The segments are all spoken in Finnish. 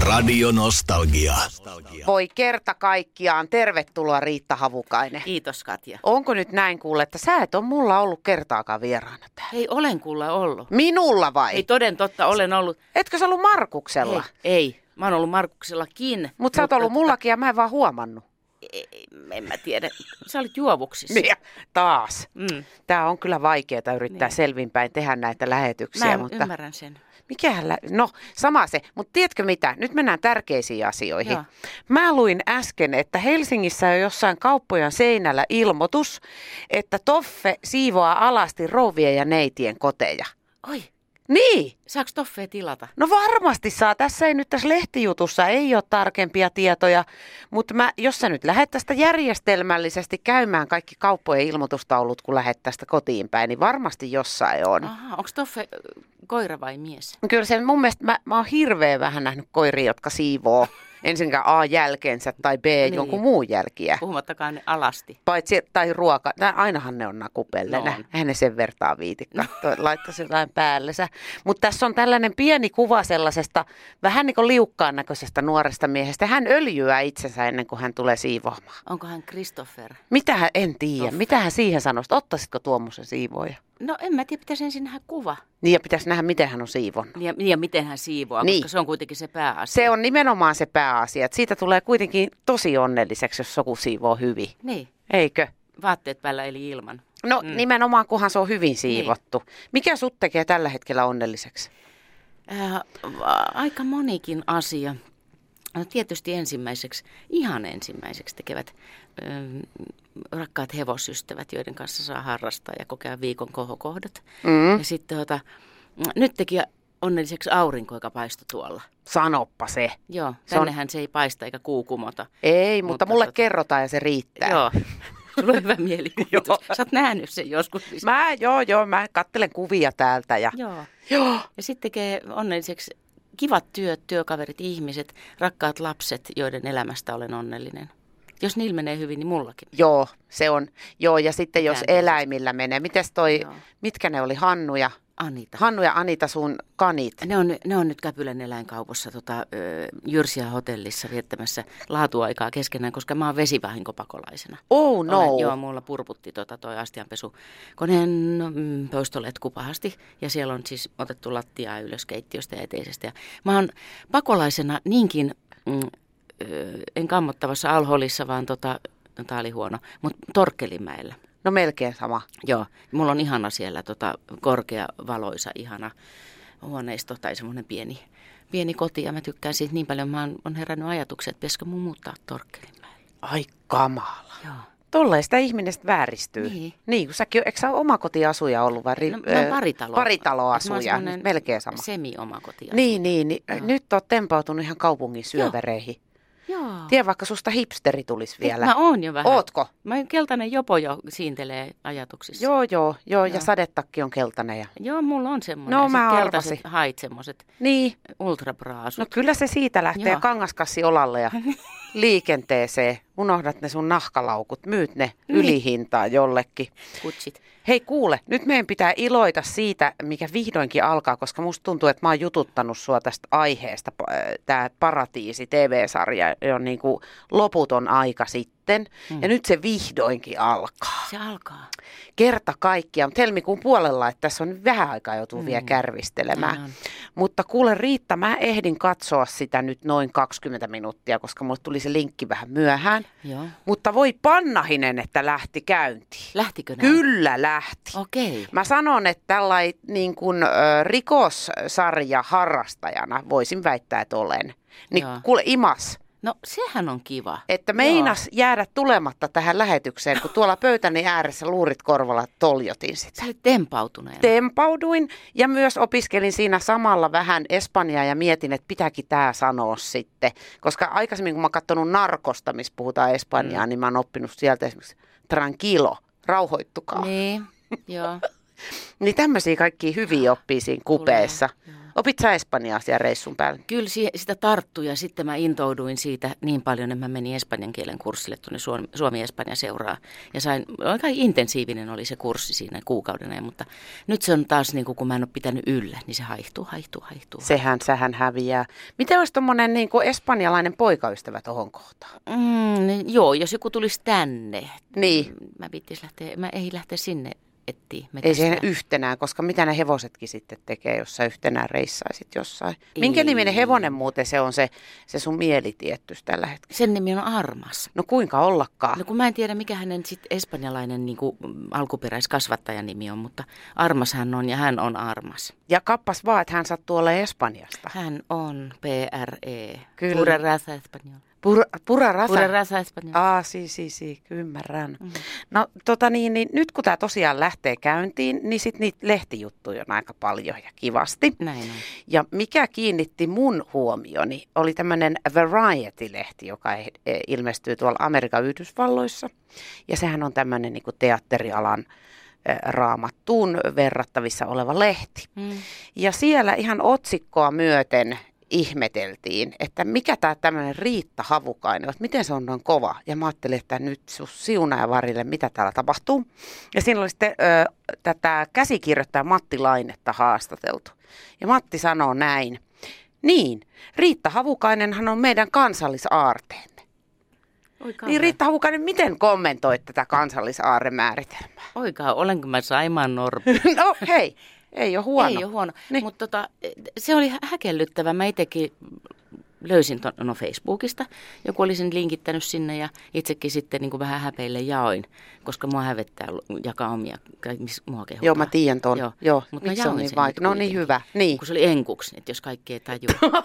Radio Nostalgia. Voi kerta kaikkiaan. Tervetuloa Riitta Havukainen. Kiitos Katja. Onko nyt näin kuulle, että sä et ole mulla ollut kertaakaan vieraana täällä? Ei olen kuulla ollut. Minulla vai? Ei toden totta olen ollut. Etkö sä ollut Markuksella? Ei, ei. Mä oon ollut Markuksellakin. Mutta sä oot ollut mullakin ja mä en vaan huomannut. Ei, en mä tiedä. Sä olit juovuksissa. Niin, Taas. Mm. Tää on kyllä vaikeaa yrittää Niin. selvinpäin tehdä näitä lähetyksiä. Mä en mutta... ymmärrän sen. Mikähän lä- No, sama se. Mutta tiedätkö mitä? Nyt mennään tärkeisiin asioihin. Joo. Mä luin äsken, että Helsingissä on jossain kauppojen seinällä ilmoitus, että Toffe siivoaa alasti rouvien ja neitien koteja. Oi, Niin! saaks toffee tilata? No varmasti saa. Tässä ei nyt tässä lehtijutussa ei ole tarkempia tietoja, mutta mä, jos sä nyt lähdet tästä järjestelmällisesti käymään kaikki kauppojen ilmoitustaulut, kun lähdet tästä kotiin päin, niin varmasti jossain on. Aha, onks toffe ö, koira vai mies? Kyllä se mun mielestä, mä, mä oon hirveän vähän nähnyt koiria, jotka siivoo ensinkään A jälkeensä tai B niin. jonkun muun jälkiä. Puhumattakaan ne alasti. Paitsi, tai ruoka, tai ainahan ne on nakupellenä, No no. on. eihän ne sen vertaa viiti katsoa, laittaisi jotain päällensä. Mutta tässä on tällainen pieni kuva sellaisesta vähän niin kuin liukkaan näköisestä nuoresta miehestä. Hän öljyää itsensä ennen kuin hän tulee siivoamaan. Onko hän Christopher? Mitähän, en tiedä, Totta. mitähän siihen sanoisit, ottaisitko tuommoisen siivoja? No en mä tiedä, pitäisi ensin nähdä kuva. Niin Niin ja pitäisi nähdä, miten hän on siivon. Ja, ja miten hän siivoaa, Niin. koska se on kuitenkin se pääasia. Se on nimenomaan se pääasia. että siitä tulee kuitenkin tosi onnelliseksi, jos joku siivoo hyvin. Niin, Eikö? vaatteet päällä eli ilman. No mm. Mm. nimenomaan, kunhan se on hyvin siivottu. Niin. Mikä sut tekee tällä hetkellä onnelliseksi? Äh, va- aika monikin asia. No, tietysti ensimmäiseksi, ihan ensimmäiseksi tekevät ähm, rakkaat hevosystävät, joiden kanssa saa harrastaa ja kokea viikon kohokohdat. Mm. Ja sitten tota, nyt teki onnelliseksi aurinko, joka paistoi tuolla. Sanoppa se. Joo, Se on- tännehän se ei paista eikä kuukumota. Ei, mutta, mutta Mutta mulle tota- kerrotaan ja se riittää. Joo, sulla on hyvä mielikuvitus. Joo. Sä oot nähnyt sen joskus. Siis. Mä, joo, joo, mä kattelen kuvia täältä ja... Joo. Joo. Ja sitten tekee onnelliseksi kivat työt, työkaverit, ihmiset, rakkaat lapset, joiden elämästä olen onnellinen. Jos niillä menee hyvin, niin mullakin. Joo, se on. Joo, ja sitten jos Käänteisesti. eläimillä menee. Mites toi, joo. Joo. mitkä ne oli, Hannu ja, Anita. Hannu ja Anita sun kanit? Ne on, ne on nyt Käpylän eläinkaupassa tota, ö, Jyrsiä hotellissa viettämässä laatuaikaa keskenään, koska mä oon vesivahinkopakolaisena. Oh no. Olen, joo, mulla purputti tota, toi astianpesu koneen mm, poistoletku pahasti ja siellä on siis otettu lattiaa ylös keittiöstä ja eteisestä. Ja mä oon pakolaisena niinkin, mm, ö, en kammottavassa alholissa, vaan tota, no, tää oli huono, mutta Torkkelimäellä. No melkein sama. Joo, mulla on ihana siellä tota, korkea, valoisa, ihana huoneisto tai semmoinen pieni, pieni koti ja mä tykkään siitä niin paljon. Mä oon, on herännyt ajatukset, että pitäisikö mun muuttaa Torkkelimäelle. Ai kamala. Joo. Tolleista ihmiset vääristyy. Niin. Niin, kun säkin, eikö sä ole omakotiasuja ollut vai? ri- No, mä oon ö, paritalo. Paritaloasuja, Mä oon nyt semmonen melkein sama. Semi-omakoti. Niin, niin, niin. Joo. nyt oot tempautunut ihan kaupungin syövereihin. Joo. Tie vaikka susta hipsteri tulisi vielä. Mä oon jo vähän. Ootko? Mä keltainen jopo jo siintelee ajatuksissa. Joo, joo, joo, ja Joo. sadetakki on keltainen. Ja... Joo, mulla on semmoinen. No, Ja sit mä keltaiset arvasin. hait semmoiset Niin, no ultrabraasut. kyllä se siitä lähtee Joo. kangaskassi olalle ja liikenteeseen. Unohdat ne sun nahkalaukut, myyt ne Niin. ylihintaan jollekin. kutsit. Hei kuule, nyt meidän pitää iloita siitä, mikä vihdoinkin alkaa, koska musta tuntuu, että mä oon jututtanut sua tästä aiheesta. Tämä Paratiisi TV-sarja on niin kuin loputon aika sitten. Mm. Ja nyt se vihdoinkin alkaa. Se alkaa. Kerta kaikkiaan. Mutta helmikuun puolella, että tässä on vähän aikaa joutuu mm. vielä Näin kärvistelemään. on. Mutta kuule Riitta, mä ehdin katsoa sitä nyt noin 20 minuuttia, koska mulle tuli se linkki vähän myöhään. Joo. Mutta voi pannahinen, että lähti käyntiin. Lähtikö näin? Kyllä lähti. Okei. Mä sanon, että tällainen niin kuin, ö, rikossarja harrastajana, voisin väittää, että olen, niin Joo. kuule imas, No sehän on kiva. että meinas Joo. jäädä tulematta tähän lähetykseen, kun tuolla pöytäni ääressä luurit korvalla toljotin sitä. Sä olet tempautuneena. Tempauduin ja myös opiskelin siinä samalla vähän Espanjaa ja mietin, että pitääkin tämä sanoa sitten. Koska aikaisemmin kun mä oon katsonut narkosta, missä puhutaan Espanjaa, mm. niin mä oon oppinut sieltä esimerkiksi tranquilo, rauhoittukaa. Niin, joo. Niin tämmöisiä kaikki hyviä oppii siinä kupeessa. Ah, Tulee, joo. Opit sä Espanjaa siellä reissun päällä? Kyllä si- sitä tarttui ja sitten mä intouduin siitä niin paljon, että mä menin espanjan kielen kurssille tuonne Suom- Suomi-Espanja seuraa. Ja sain, aika intensiivinen oli se kurssi siinä kuukauden ajan, mutta nyt se on taas niin kuin, kun mä en ole pitänyt yllä, niin se haihtuu, haihtuu, haihtuu. Sehän, sähän häviää. Miten olisi tuommoinen niin kuin espanjalainen poikaystävä tohon kohtaan? Mm, niin joo, jos joku tulisi tänne. Niin. Mä pitäis lähteä, mä ei lähteä sinne etsiä. Ei siihen yhtenään, koska mitä ne hevosetkin sitten tekee, jos sä yhtenään reissaisit jossain. Minkä Ei. niminen hevonen muuten se on se, se sun mielitiettyys tällä hetkellä? Sen nimi on Armas. No kuinka ollakaan? No kun mä en tiedä, mikä hänen sit espanjalainen niin kuin, alkuperäiskasvattajan nimi on, mutta Armas hän on ja hän on Armas. Ja kappas vaan, että hän sattuu olemaan Espanjasta. Hän on PRE. Kyllä. Pura raza espanjol. Pura, pura rasa. Ah. Pura raza espanjol. Aa, si, si, si, ymmärrän. Mm. No tota niin, niin nyt kun tämä tosiaan lähtee käyntiin, niin sit niitä lehtijuttuja on aika paljon ja kivasti. Näin on. Ja mikä kiinnitti mun huomioni, oli tämmöinen Variety-lehti, joka eh- eh, ilmestyy tuolla Amerikan Yhdysvalloissa. Ja sehän on tämmöinen niin teatterialan eh, raamattuun verrattavissa oleva lehti. Mm. Ja siellä ihan otsikkoa myöten ihmeteltiin, että mikä tämä tämmöinen Riitta Havukainen, on, että miten se on noin kova. Ja mä ajattelin, että nyt sus siunaa ja varille, mitä täällä tapahtuu. Ja siinä oli sitten ö, tätä käsikirjoittaja Matti Lainetta haastateltu. Ja Matti sanoo näin. Niin, Riitta Havukainenhan on meidän kansallisaarteemme. Oikaa, Niin Riitta Havukainen, mmiten kommentoit tätä kansallisaarremääritelmää? Oikaa, olenko mä Saimaan Norppi? No hei, ei ole huono. Ei ole huono. Niin. Niin. Mutta tota, se oli hä- häkellyttävä. Mä itsekin löysin ton, no Facebookista. Joku oli sen linkittänyt sinne ja itsekin sitten niin kuin vähän häpeille jaoin, koska mua hävettää lu- jakaa omia, kai- missä mua kehutaan. Joo, mä tiedän ton. Joo, miksi Mutta Tota, mä se on jaoin niin sen vaikea? nyt No niin, kuitenkin, hyvä. Niin. Kun se oli enkuksi, että jos kaikki ei tajua.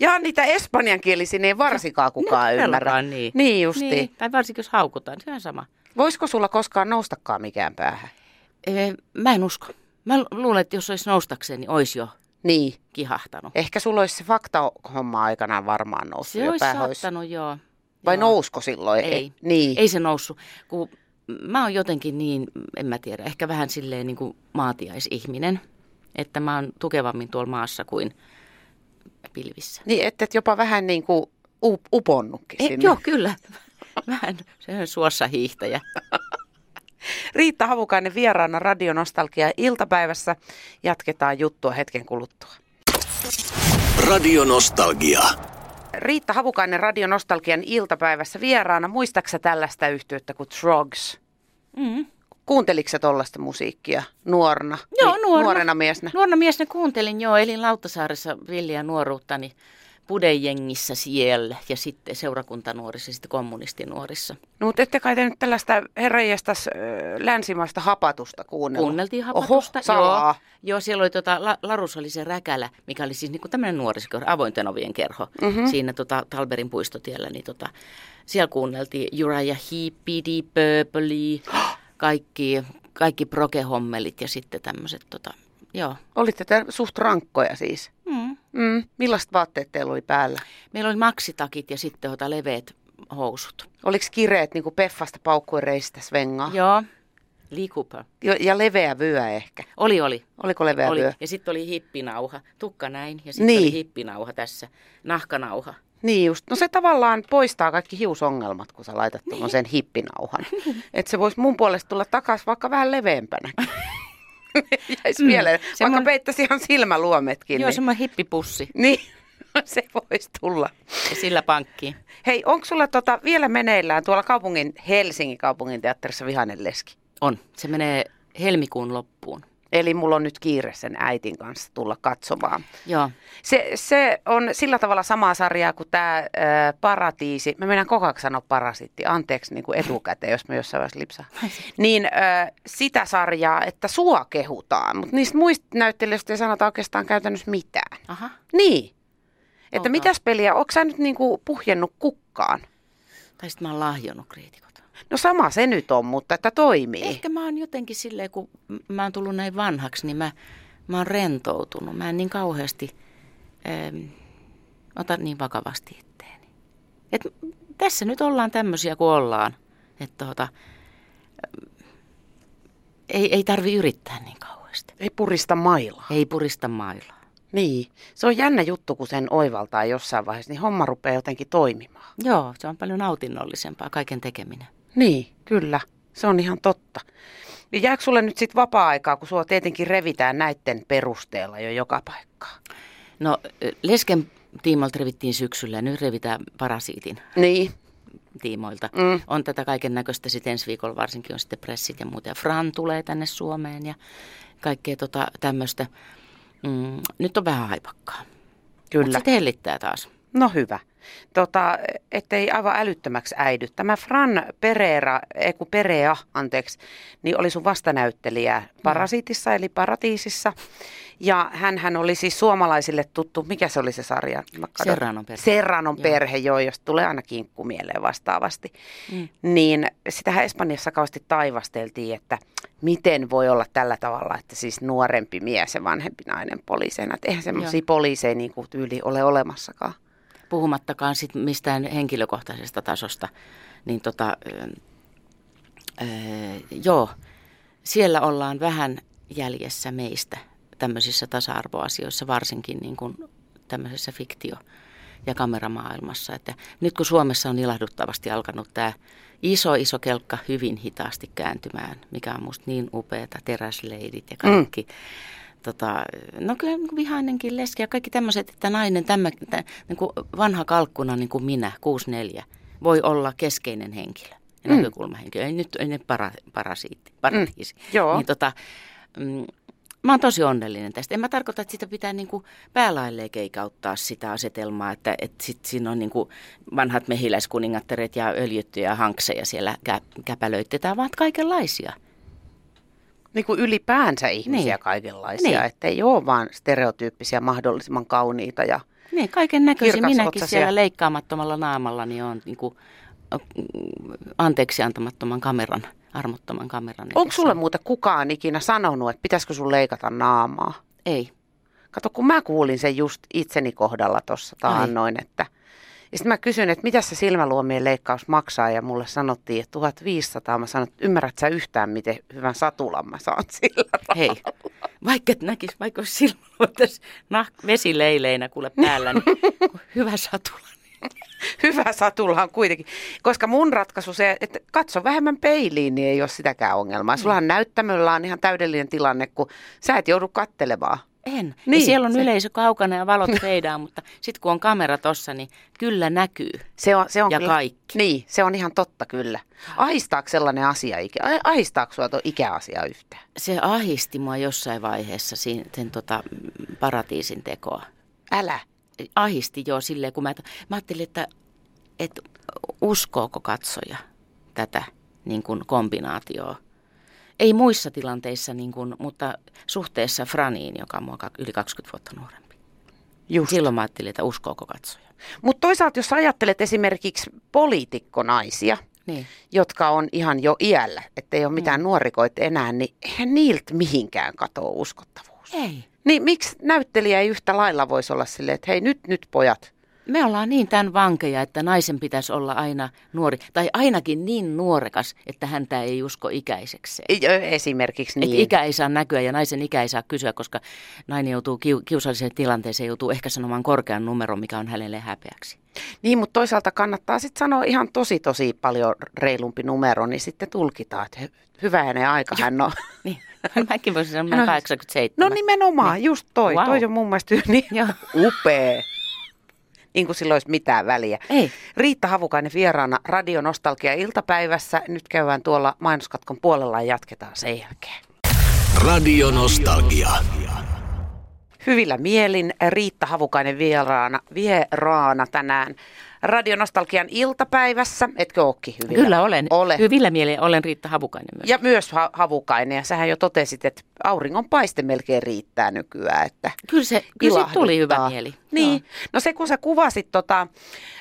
Ja niitä espanjankielisiä niin ei varsinkaan kukaan No, ymmärrä. todellakaan Niin. niin justiin. Niin, tai varsinkin jos haukutaan, niin se on sama. Voisiko sulla koskaan noustakaan mikään päähän? Ee, Mä en usko. Mä lu- luulen, että jos olisi noustakseen, niin olisi jo Niin. kihahtanut. Ehkä sulla olisi se fakta-homma aikanaan varmaan noussut. Se ja olisi päähän olisi- saattanut, joo. Vai joo. nousko silloin? Ei. Niin. Ei se noussut, kun mä oon jotenkin niin, en mä tiedä, ehkä vähän silleen niin kuin maatiaisihminen, että mä oon tukevammin tuolla maassa kuin pilvissä. Niin, että et jopa vähän niin kuin u- uponnutkin Ei, sinne. joo, kyllä. Vähän se on suossa hiihtäjä. Riitta Havukainen vieraana Radionostalgia iltapäivässä. Jatketaan juttua hetken kuluttua. Radio Nostalgia. Riitta Havukainen Radionostalgian iltapäivässä vieraana. Muistaaksä tällaista yhtiötä kuin Trogs? Mm. Kuuntelitko sä tollaista musiikkia nuorena? Joo, Ni- nuorena. Niin, Nuorena miesnä. Nuorena miesnä kuuntelin jo, elin Lauttasaaressa villiä nuoruuttani pudejengissä siellä ja sitten seurakuntanuorissa ja sitten kommunistinuorissa. No, mutta ette kai te nyt tällaista herranjestas äh, länsimaista hapatusta kuunnella? Kuunneltiin hapatusta. No. Oho, salaa. Joo, joo, siellä oli tota, la, Larus oli se räkälä, mikä oli siis niinku tämmöinen nuorisokerho, avointen ovien kerho Mhm. mm-hmm. siinä tota, Talberin puistotiellä. Niin tota, siellä kuunneltiin Uriah Heep, P.D. Purple, kaikki, kaikki prokehommelit ja sitten tämmöiset, tota, joo. Olitte te suht rankkoja siis. Mm. Mm. Millaiset vaatteet teillä oli päällä? Meillä oli maksitakit ja sitten tota, leveät housut. Oliko kireet niin kuin peffasta paukkuen reistä svengaa? Joo, Lee Cooper. Jo, ja leveä vyö ehkä. Oli, oli. Oliko leveä oli. vyö? Ja sitten oli hippinauha, tukka näin, ja sitten Niin. niin. oli hippinauha tässä, nahkanauha. Niin just. No se tavallaan poistaa kaikki hiusongelmat, kun sä laitat niin. sen hippinauhan. Että se voisi mun puolesta tulla takaisin vaikka vähän leveämpänä. Jäisi mm, mieleen. Vaikka semmoinen- peittäisi ihan silmäluometkin. Joo, niin, semmoinen hippipussi, niin se voisi tulla. ja sillä pankkiin. Hei, onko sulla tota, vielä meneillään tuolla kaupungin, Helsingin kaupungin teatterissa vihainen leski? On, se menee helmikuun loppuun. Eli mulla on nyt kiire sen äitin kanssa tulla katsomaan. Joo, Se, se on sillä tavalla samaa sarjaa kuin tämä paratiisi. Mä menen koko ajan sanoa parasitti, anteeksi niin kuin etukäteen, jos mä jossain vaiheessa lipsaan. Niin ö, sitä sarjaa, että sua kehutaan, mutta niistä muista näyttelijöistä ei sanota oikeastaan käytännössä mitään. aha. Niin. Että Olkaa. mitäs peliä, onko sä nyt niin kuin puhjennut kukkaan? Tai sitten mä oon lahjonnut kriitikot. No sama se nyt on, mutta että toimii. Ehkä mä oon jotenkin silleen, kun m- mä oon tullut näin vanhaksi, niin mä, mä oon rentoutunut. Mä en niin kauheasti ähm, ota niin vakavasti itteeni. Et tässä nyt ollaan tämmöisiä kuin ollaan. Että tota, ähm, tuota, ei, ei tarvi yrittää niin kauheasti. Ei purista mailaa. Ei purista mailaa. Niin, se on jännä juttu, kun sen oivaltaa jossain vaiheessa, niin homma rupeaa jotenkin toimimaan. Joo, se on paljon nautinnollisempaa kaiken tekeminen. Niin, kyllä, se on ihan totta. Ja jääkö sulle nyt sitten vapaa-aikaa, kun sua tietenkin revitään näiden perusteella jo joka paikkaan? No, ö, lesken tiimoilta revittiin syksyllä ja nyt revitään parasiitin Niin, tiimoilta. Mm. Mm. On tätä kaiken näköistä sitten ensi viikolla varsinkin on sitten pressit ja muuta. Ja Fran tulee tänne Suomeen ja kaikkea tota tämmöistä. Mm, nyt on vähän haipakkaa. Mutta kyllä. se hellittää taas. No hyvä. Tota, ettei aivan älyttömäksi äidy. Tämä Fran Pereira, ei kun Perea, anteeksi, niin oli sun vastanäyttelijä Parasiitissa eli Paratiisissa. Ja hän oli siis suomalaisille tuttu, mikä se oli se sarja? Mä kadon- Serranon perhe. Serranon Joo. perhe, joo, jos tulee aina kinkku mieleen vastaavasti. Mm. Niin sitähän Espanjassa kauheasti taivasteltiin, että miten voi olla tällä tavalla, että siis nuorempi mies ja vanhempi nainen poliiseina. Että eihän semmoisia Joo. poliiseja niin kuin tyyli ole olemassakaan. Puhumattakaan sit mistään henkilökohtaisesta tasosta. Niin tota, ö, ö, joo, siellä ollaan vähän jäljessä meistä tämmöisissä tasa-arvoasioissa, varsinkin niin kuin tämmöisessä fiktio- ja kameramaailmassa. Että nyt kun Suomessa on ilahduttavasti alkanut tämä iso, iso kelkka hyvin hitaasti kääntymään, mikä on musta niin upeata, teräsleidit ja kaikki. Mm. Tota, no kyllä niin kuin vihainenkin leski ja kaikki tämmöiset, että nainen, tämä, tä, niin kuin vanha kalkkuna niin kuin minä, 64, voi olla keskeinen henkilö. Ja Mm. näkökulmahenkilö, ei nyt ei ne para, parasiitti, paratiisi. Mm. joo. Niin tota, mm, mä oon tosi onnellinen tästä. En mä tarkoita, että sitä pitää niinku päälailleen keikauttaa sitä asetelmaa, että et sit siinä on niinku vanhat mehiläiskuningattaret ja öljyttyjä hankseja siellä kä- käpälöitetään, vaan kaikenlaisia. Niin kuin ylipäänsä ihmisiä niin. Niin. kaikenlaisia, niin. Niin. ettei ole vaan stereotyyppisiä mahdollisimman kauniita. Ja... Niin, kaiken näköisiä. Kirkasotsaisia. Minäkin siellä leikkaamattomalla naamalla niin on niinku, ö, mm, anteeksi antamattoman kameran, armottoman kameran. Onko edessä. sulle muuten kukaan ikinä sanonut, että pitäisikö sun leikata naamaa? Ei. Kato, kun mä kuulin sen just itseni kohdalla tuossa taannoin, että... Ja sitten mä kysyin, että mitä se silmäluomien leikkaus maksaa, ja mulle sanottiin, että 1500. Mä sanoin, että ymmärrät sä yhtään, miten hyvän satulan mä saan sillä Hei, vaikka et näkis, vaikka olisi silloin tässä nah- vesileileinä kuule päällä, niin hyvä satula. Hyvä satulahan kuitenkin. Koska mun ratkaisu se, että katso vähemmän peiliin, niin ei ole sitäkään ongelmaa. Sullahan näyttämöllä on ihan täydellinen tilanne, kun sä et joudu kattelemaan. En. Niin, Niin, ja siellä on se- se... yleisö kaukana ja valot feidaa, mutta sitten kun on kamera tossa, niin kyllä näkyy. Se on, se on Ja kyllä, kaikki. Niin, se on ihan totta kyllä. Aistaako sellainen asia, ikä, a- aistaako sua tuo ikäasia yhtään? Se ahisti mua jossain vaiheessa siinä, sen tota, mm, paratiisin tekoa. Älä. Ahisti jo silleen, kun mä, mä ajattelin, että, että uskooko katsoja tätä niin kuin kombinaatioa. Ei muissa tilanteissa, niin kuin, mutta suhteessa Franiin, joka on mua kak- yli 20 vuotta nuorempi. Just. Silloin mä ajattelin, että uskooko katsoja. Mutta toisaalta, jos sä ajattelet esimerkiksi poliitikkonaisia, Niin. jotka on ihan jo iällä, ettei ole Mm. mitään nuorikoita enää, niin eihän niiltä mihinkään katoa uskottavuus. Ei. Niin miksi näyttelijä ei yhtä lailla voisi olla silleen, että hei nyt, nyt pojat. Me ollaan niin tämän vankeja, että naisen pitäisi olla aina nuori, tai ainakin niin nuorekas, että häntä ei usko ikäisekseen. I- ö, Esimerkiksi Niin. niin. Et ikä ei saa näkyä ja naisen ikä ei saa kysyä, koska nainen joutuu kiu- kiusalliseen tilanteeseen, joutuu ehkä sanomaan korkean numeron, mikä on hänelle häpeäksi. Niin, mutta toisaalta kannattaa sitten sanoa ihan tosi tosi paljon reilumpi numero, niin sitten tulkitaan, että hy- hyvä hänen aika hän on. Niin. Mäkin voisin sanoa, mä No, olen 87. No nimenomaan, niin. just toi. Wow. Wow. Toi on mun mielestä niin Joo. upea. Niin kuin sillä olisi mitään väliä. Ei. Riitta Havukainen vieraana Radio Nostalgia iltapäivässä. Nyt käydään tuolla mainoskatkon puolella ja jatketaan sen jälkeen. Radio Nostalgia. Hyvillä mielin Riitta Havukainen vieraana, vieraana tänään Radionostalgian iltapäivässä. Etkö ookin hyvillä? Kyllä olen. Ole. Hyvillä mielin olen Riitta Havukainen myös. ja myös ha- Havukainen. Ja sähän jo totesit, että auringon paiste melkein riittää nykyään. Että Kyllä se, kyllä siitä tuli ilahduttaa. hyvä mieli. Niin. Joo. No se kun sä kuvasit tota,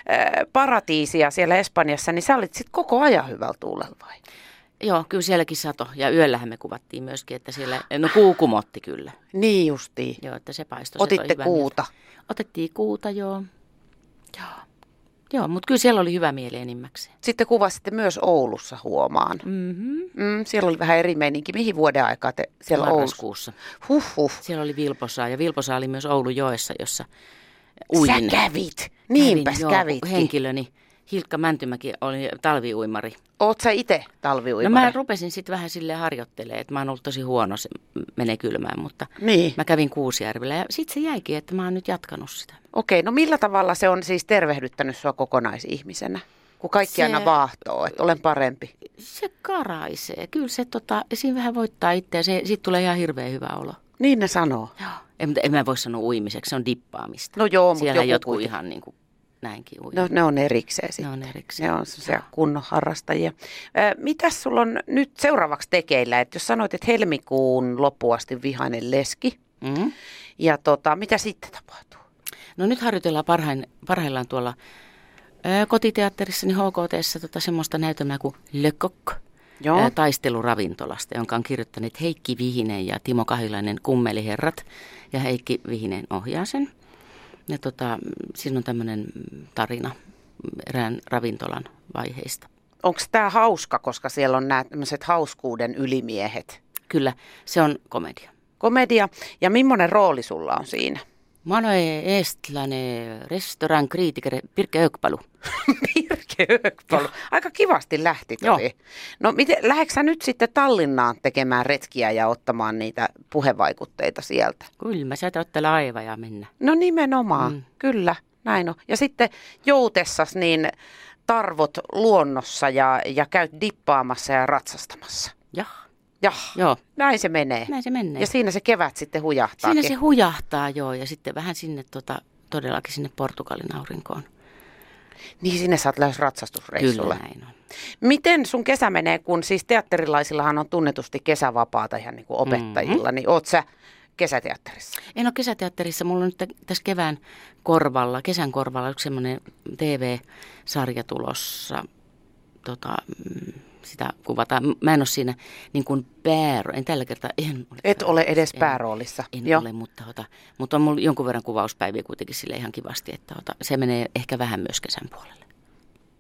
ää, paratiisia siellä Espanjassa, niin sä olit sit koko ajan hyvällä tuulella vai? Joo, kyllä sielläkin sato. Ja yöllähän me kuvattiin myöskin, että siellä, no kuu kumotti kyllä. Niin justiin. Joo, että se paistoi. se toi Otitte hyvää kuuta. mieltä. Otettiin kuuta, joo. Joo. Joo, mutta kyllä siellä oli hyvä mieli enimmäkseen. Sitten kuvasitte myös Oulussa huomaan. Mm-hmm. Mm, siellä oli vähän eri meininki. Mihin vuoden aikaa te siellä Oulussa? Marraskuussa. Huh, huh. Siellä oli Vilposaa ja Vilposa oli myös Oulujoessa, jossa Sä uin. kävit. Niinpäs joo, kävit. Henkilöni Hilkka Mäntymäki oli talviuimari. Oot sä itse No talviuimari? mä rupesin sitten vähän sille harjoittelemaan, että mä oon ollut tosi huono, se menee kylmään, mutta Niin. mä kävin Kuusijärvellä ja sitten se jäikin, että mä oon nyt jatkanut sitä. Okei, no millä tavalla se on siis tervehdyttänyt sua kokonaisihmisenä? Kun kaikki Se- aina vaahtoo, että olen parempi. Se karaisee, kyllä se tota, siinä vähän voittaa itseä, se, siitä tulee ihan hirveän hyvä olo. Niin ne sanoo. Joo. En, mutta en mä voi sanoa uimiseksi, se on dippaamista. No joo, mutta Siellä joku jotkut kuitenkin. ihan niin kuin näinkin ui. No ne on erikseen ne sitten. on erikseen. Ne on sellaisia kunnon harrastajia. Ö, Mitäs sulla on nyt seuraavaksi tekeillä? Et jos sanoit, että helmikuun loppuun asti vihainen leski, Mm. ja tota, mitä sitten tapahtuu? No nyt harjoitellaan parhain, parhaillaan tuolla ö, kotiteatterissa, niin HKTssä tota, semmoista näytelmää kuin Le Coq, Joo. ö, taisteluravintolasta, jonka on kirjoittaneet Heikki Vihinen ja Timo Kahilainen Kummeliherrat, ja Heikki Vihinen ohjaa sen. Ja tota, mm, siinä on tämmöinen tarina mm, erään ravintolan vaiheista. Onko tämä hauska, koska siellä on nämä tämmöiset hauskuuden ylimiehet? Kyllä, se on komedia. Komedia. Ja millainen rooli sulla on siinä? Manoe Estlanen e restaurant kriitikere Pirkke Ökpalu. Pirke Ökpalo. Aika kivasti lähti Joo. toi. No miten, lähdekö sä nyt sitten Tallinnaan tekemään retkiä ja ottamaan niitä puhevaikutteita sieltä? Kyllä, mä sieltä ottaa laiva ja mennä. No nimenomaan, mm. kyllä, näin on. Ja sitten joutessas niin tarvot luonnossa ja, ja käyt dippaamassa ja ratsastamassa. Jah, Jah, joo, näin se menee. näin se menee. Ja siinä se kevät sitten hujahtaa. Siinä se hujahtaa joo ja sitten vähän sinne tota, todellakin sinne Portugalin aurinkoon. Niin sinne saat lähes ratsastusreissulle. Kyllä näin on. Miten sun kesä menee, kun siis teatterilaisillahan on tunnetusti kesävapaata ihan niin kuin opettajilla, mm-hmm. niin oot sä kesäteatterissa? En ole kesäteatterissa, mulla on nyt tä- tässä kevään korvalla, kesän korvalla yksi semmoinen TV-sarja tulossa. Tota, mm, sitä kuvataan. M- Mä en ole siinä niin kuin pääro, en tällä kertaa, en ole Et ole edes En. pääroolissa. En Joo. ole, mutta, ota, mutta on mulla jonkun verran kuvauspäiviä kuitenkin sille ihan kivasti, että ota, se menee ehkä vähän myös kesän puolelle.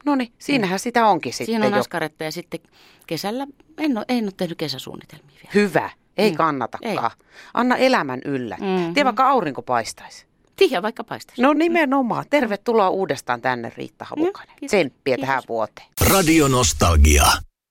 No niin, siinähän sitä onkin sitten Mm. Siinä on jo. askaretta ja sitten kesällä, en ole, en ole tehnyt kesäsuunnitelmia vielä. Hyvä, ei Mm. kannatakaan. Anna elämän yllättää. Mm-hmm. Mhm. Tiedä vaikka aurinko paistaisi. Tihja vaikka paistaisi. No nimenomaan. Tervetuloa uudestaan tänne Riitta Havukainen. kiitos. Tsemppiä Kiitos. tähän vuoteen. Radio Nostalgia.